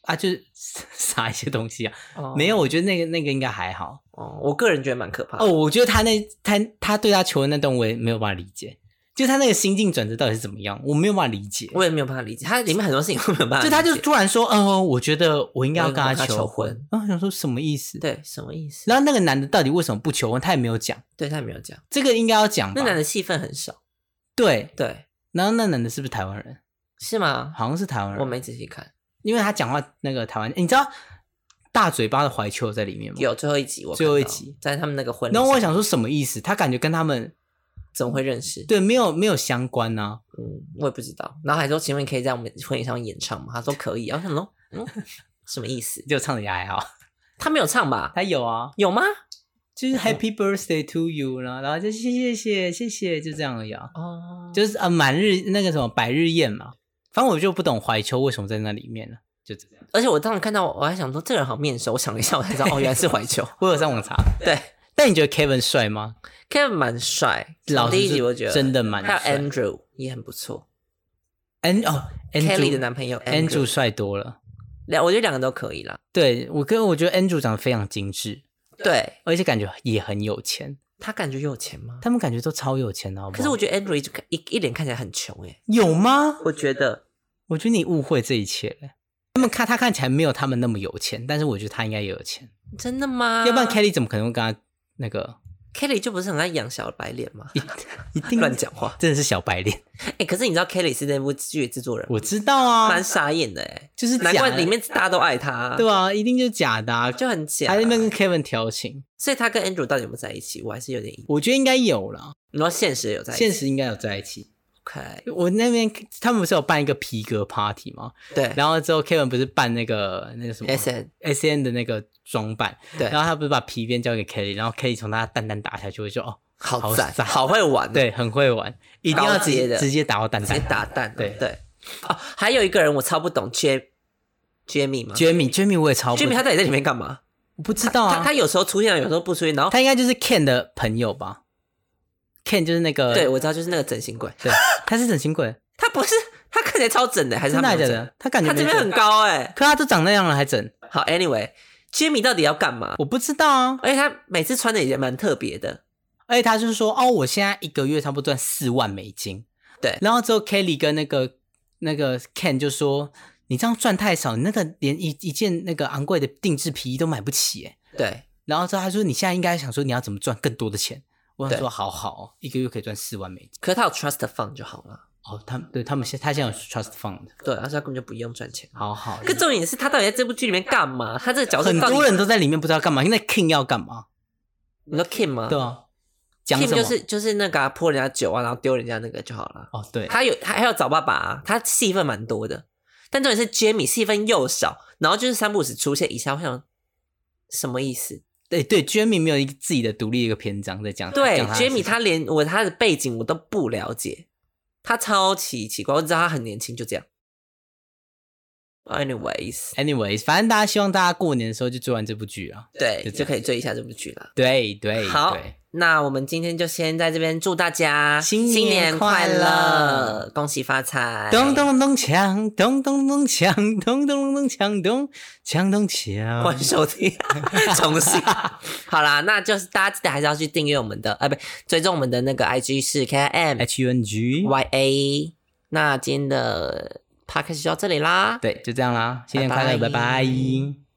Speaker 1: 啊，就是 撒一些东西啊。
Speaker 2: 哦
Speaker 1: 没有，我觉得那个那个应该还好。
Speaker 2: 哦，我个人觉得蛮可怕的。
Speaker 1: 哦，我觉得他那他他对他求婚那段我也没有办法理解，就他那个心境转折到底是怎么样，我没有办法理解。
Speaker 2: 我也没有办法理解，它里面很多事情我没有办法理
Speaker 1: 就
Speaker 2: 解。
Speaker 1: 他就突然说，嗯、我觉得我应该要
Speaker 2: 我
Speaker 1: 跟
Speaker 2: 应该
Speaker 1: 他
Speaker 2: 跟他求
Speaker 1: 求
Speaker 2: 婚
Speaker 1: 婚。啊然后我想说什么意思？
Speaker 2: 对什么意思？
Speaker 1: 然后那个男的到底为什么不求婚？他也没有讲，
Speaker 2: 对他没有讲，
Speaker 1: 这个应该要讲吧？
Speaker 2: 那男的戏份很少，
Speaker 1: 对，
Speaker 2: 对，
Speaker 1: 然后那男的是不是台湾人？
Speaker 2: 是吗？
Speaker 1: 好像是台湾人，
Speaker 2: 我没仔细看，
Speaker 1: 因为他讲话那个台湾，你知道大嘴巴的怀秋在里面吗？
Speaker 2: 有最后一集我看到
Speaker 1: 最后一集
Speaker 2: 在他们那个婚礼
Speaker 1: 然
Speaker 2: 上，
Speaker 1: 后我想说什么意思？他感觉跟他们
Speaker 2: 怎么会认识？
Speaker 1: 对没有没有相关啊呢、
Speaker 2: 嗯，我也不知道。然后还说，请问可以在我们婚礼上演唱吗？他说可以。然后我想说，嗯，什么意思？
Speaker 1: 就唱的也还 好。
Speaker 2: 他没有唱吧？
Speaker 1: 他有啊，
Speaker 2: 有吗？
Speaker 1: 就是 Happy Birthday to you 然后然后就谢谢谢谢谢，就这样而已啊。
Speaker 2: 哦，
Speaker 1: 就是啊，满日那个什么百日宴嘛，反正我就不懂怀秋为什么在那里面呢、就这样。
Speaker 2: 而且我当时看到，我还想说这个人好面熟。我想了一下，我才知道， 哦，原来是怀旧。
Speaker 1: 我有上网查，
Speaker 2: 对
Speaker 1: 但你觉得 Kevin 帅吗？
Speaker 2: ，Kevin 蛮帅。
Speaker 1: 老实
Speaker 2: 第一集
Speaker 1: 说
Speaker 2: 我觉得
Speaker 1: 真的蛮
Speaker 2: 还有
Speaker 1: 帅
Speaker 2: Andrew 也很不错。
Speaker 1: 安哦
Speaker 2: Kelly
Speaker 1: ，Andrew
Speaker 2: 的男朋友
Speaker 1: Andrew 帅多了。
Speaker 2: 两，我觉得两个都可以啦。
Speaker 1: 对我跟我觉得 Andrew 长得非常精致，
Speaker 2: 对
Speaker 1: 而且感觉也很有钱，
Speaker 2: 他感觉有钱吗？
Speaker 1: 他们感觉都超有钱的，好不好？
Speaker 2: 可是我觉得 Andrew 一直一一脸看起来很穷哎、
Speaker 1: 有吗？
Speaker 2: 我觉得
Speaker 1: 我觉得你误会这一切了。他们看他看起来没有他们那么有钱，但是我觉得他应该也有钱，
Speaker 2: 真的吗？
Speaker 1: 要不然 Kelly 怎么可能会跟他那个
Speaker 2: Kelly 就不是很爱养小白脸吗？
Speaker 1: 一定
Speaker 2: 乱讲 话，
Speaker 1: 真的是小白脸。
Speaker 2: 哎、可是你知道 Kelly 是那部剧的制作人吗，
Speaker 1: 我知道啊
Speaker 2: 蛮，傻眼的哎、
Speaker 1: 就是假
Speaker 2: 难
Speaker 1: 的
Speaker 2: 怪里面大家都爱他，
Speaker 1: 对啊，一定就是假的、啊，
Speaker 2: 就很假
Speaker 1: 还。在那边跟 Kevin 调情，
Speaker 2: 所以他跟 Andrew 到底有没有在一起，我还是有点疑。
Speaker 1: 我觉得应该有了，
Speaker 2: 你说现实有在一起？
Speaker 1: 现实应该有在一起。
Speaker 2: OK，
Speaker 1: 我那边他们不是有办一个皮革 party 吗？
Speaker 2: 对，
Speaker 1: 然后之后 Kevin 不是办那个那个什么
Speaker 2: S N
Speaker 1: S N 的那个装扮，
Speaker 2: 对
Speaker 1: 然，后他不是把皮鞭交给 Kelly，然后 Kelly 从他蛋蛋打下去，我就哦，
Speaker 2: 好
Speaker 1: 好
Speaker 2: 赞，
Speaker 1: 赞
Speaker 2: 好会玩，，
Speaker 1: 对，很会玩，一定要
Speaker 2: 高
Speaker 1: 直
Speaker 2: 阶
Speaker 1: 接
Speaker 2: 的
Speaker 1: 直接打到蛋
Speaker 2: 直接
Speaker 1: 蛋。
Speaker 2: 打蛋，啊
Speaker 1: 对
Speaker 2: 对。哦，还有一个人我超不懂，J Jamie 吗
Speaker 1: Jamie Jamie 我也超不
Speaker 2: ？Jamie 他到底在里面干嘛？
Speaker 1: 我不知道
Speaker 2: 他
Speaker 1: 啊，
Speaker 2: 他有时候出现，有时候不出现，然后
Speaker 1: 他应该就是 Ken 的朋友吧？Ken 就是那个
Speaker 2: 对我知道就是那个整形鬼，
Speaker 1: 对，他是整形鬼，
Speaker 2: 他不是他看起来超整的，还是
Speaker 1: 真
Speaker 2: 他
Speaker 1: 的还
Speaker 2: 没
Speaker 1: 假
Speaker 2: 有整？
Speaker 1: 的？他感觉
Speaker 2: 他
Speaker 1: 没
Speaker 2: 这边
Speaker 1: 整
Speaker 2: 很，高哎、
Speaker 1: 可他都长那样了还整，
Speaker 2: 好，Anyway，Jimmy 到底要干嘛？
Speaker 1: 我不知道啊。
Speaker 2: 而且他每次穿的也蛮特别的，
Speaker 1: 而且他就是说，哦，我现在一个月差不多赚四万美金。
Speaker 2: 对
Speaker 1: 然后之后 Kelly 跟那个那个 Ken 就说，你这样赚太少，你那个连一一件那个昂贵的定制皮衣都买不起耶。
Speaker 2: 对，
Speaker 1: 然后之后他说，你现在应该想说你要怎么赚更多的钱。我想
Speaker 2: 对
Speaker 1: 说，好好哦，一个月可以赚四万美金。
Speaker 2: 可是他有 Trust Fund 就好了，
Speaker 1: 哦，他对他们现他现在有 trust fund，
Speaker 2: 对，而且他根本就不用赚钱。
Speaker 1: 好好。
Speaker 2: 可重点是他到底在这部剧里面干嘛？他这个角色
Speaker 1: 很
Speaker 2: 到底
Speaker 1: 多人都在里面不知道干嘛，那 King 要干嘛？
Speaker 2: 你说 Kim 吗？
Speaker 1: 对啊，讲
Speaker 2: k i
Speaker 1: 什
Speaker 2: m
Speaker 1: 么？
Speaker 2: 嗯就是就是那个啊泼人家酒啊，然后丢人家那个就好了。
Speaker 1: 哦，对，
Speaker 2: 他有他还有找爸爸、啊，他戏份蛮多的，但重点是 Jamie 戏份又少，然后就是三不五时出现一下，我想什么意思？
Speaker 1: 对对，Jamie 没有一个自己的独立一个篇章在讲。
Speaker 2: 对
Speaker 1: 讲他的事
Speaker 2: ，Jamie 他连我他的背景我都不了解，他超奇奇怪，我只知道他很年轻，就这样。Anyways，
Speaker 1: Anyways，反正大家希望大家过年的时候就追完这部剧啊。
Speaker 2: 对，
Speaker 1: 就这样
Speaker 2: 就可以追一下这部剧了。
Speaker 1: 对对，
Speaker 2: 好
Speaker 1: 对
Speaker 2: 那我们今天就先在这边祝大家
Speaker 1: 新年
Speaker 2: 快
Speaker 1: 快乐
Speaker 2: 恭喜发财，
Speaker 1: 咚咚咚锵，咚咚咚锵，咚咚咚咚锵，咚锵咚锵。
Speaker 2: 欢迎收 听，重新。好啦，那就是大家记得还是要去订阅我们的，哎、不，追踪我们的那个 IG 是 K I M
Speaker 1: H U N G，
Speaker 2: Y A。那今天的 podcast 就到这里啦，
Speaker 1: 对，就这样啦，新年快乐，
Speaker 2: 拜拜
Speaker 1: 拜拜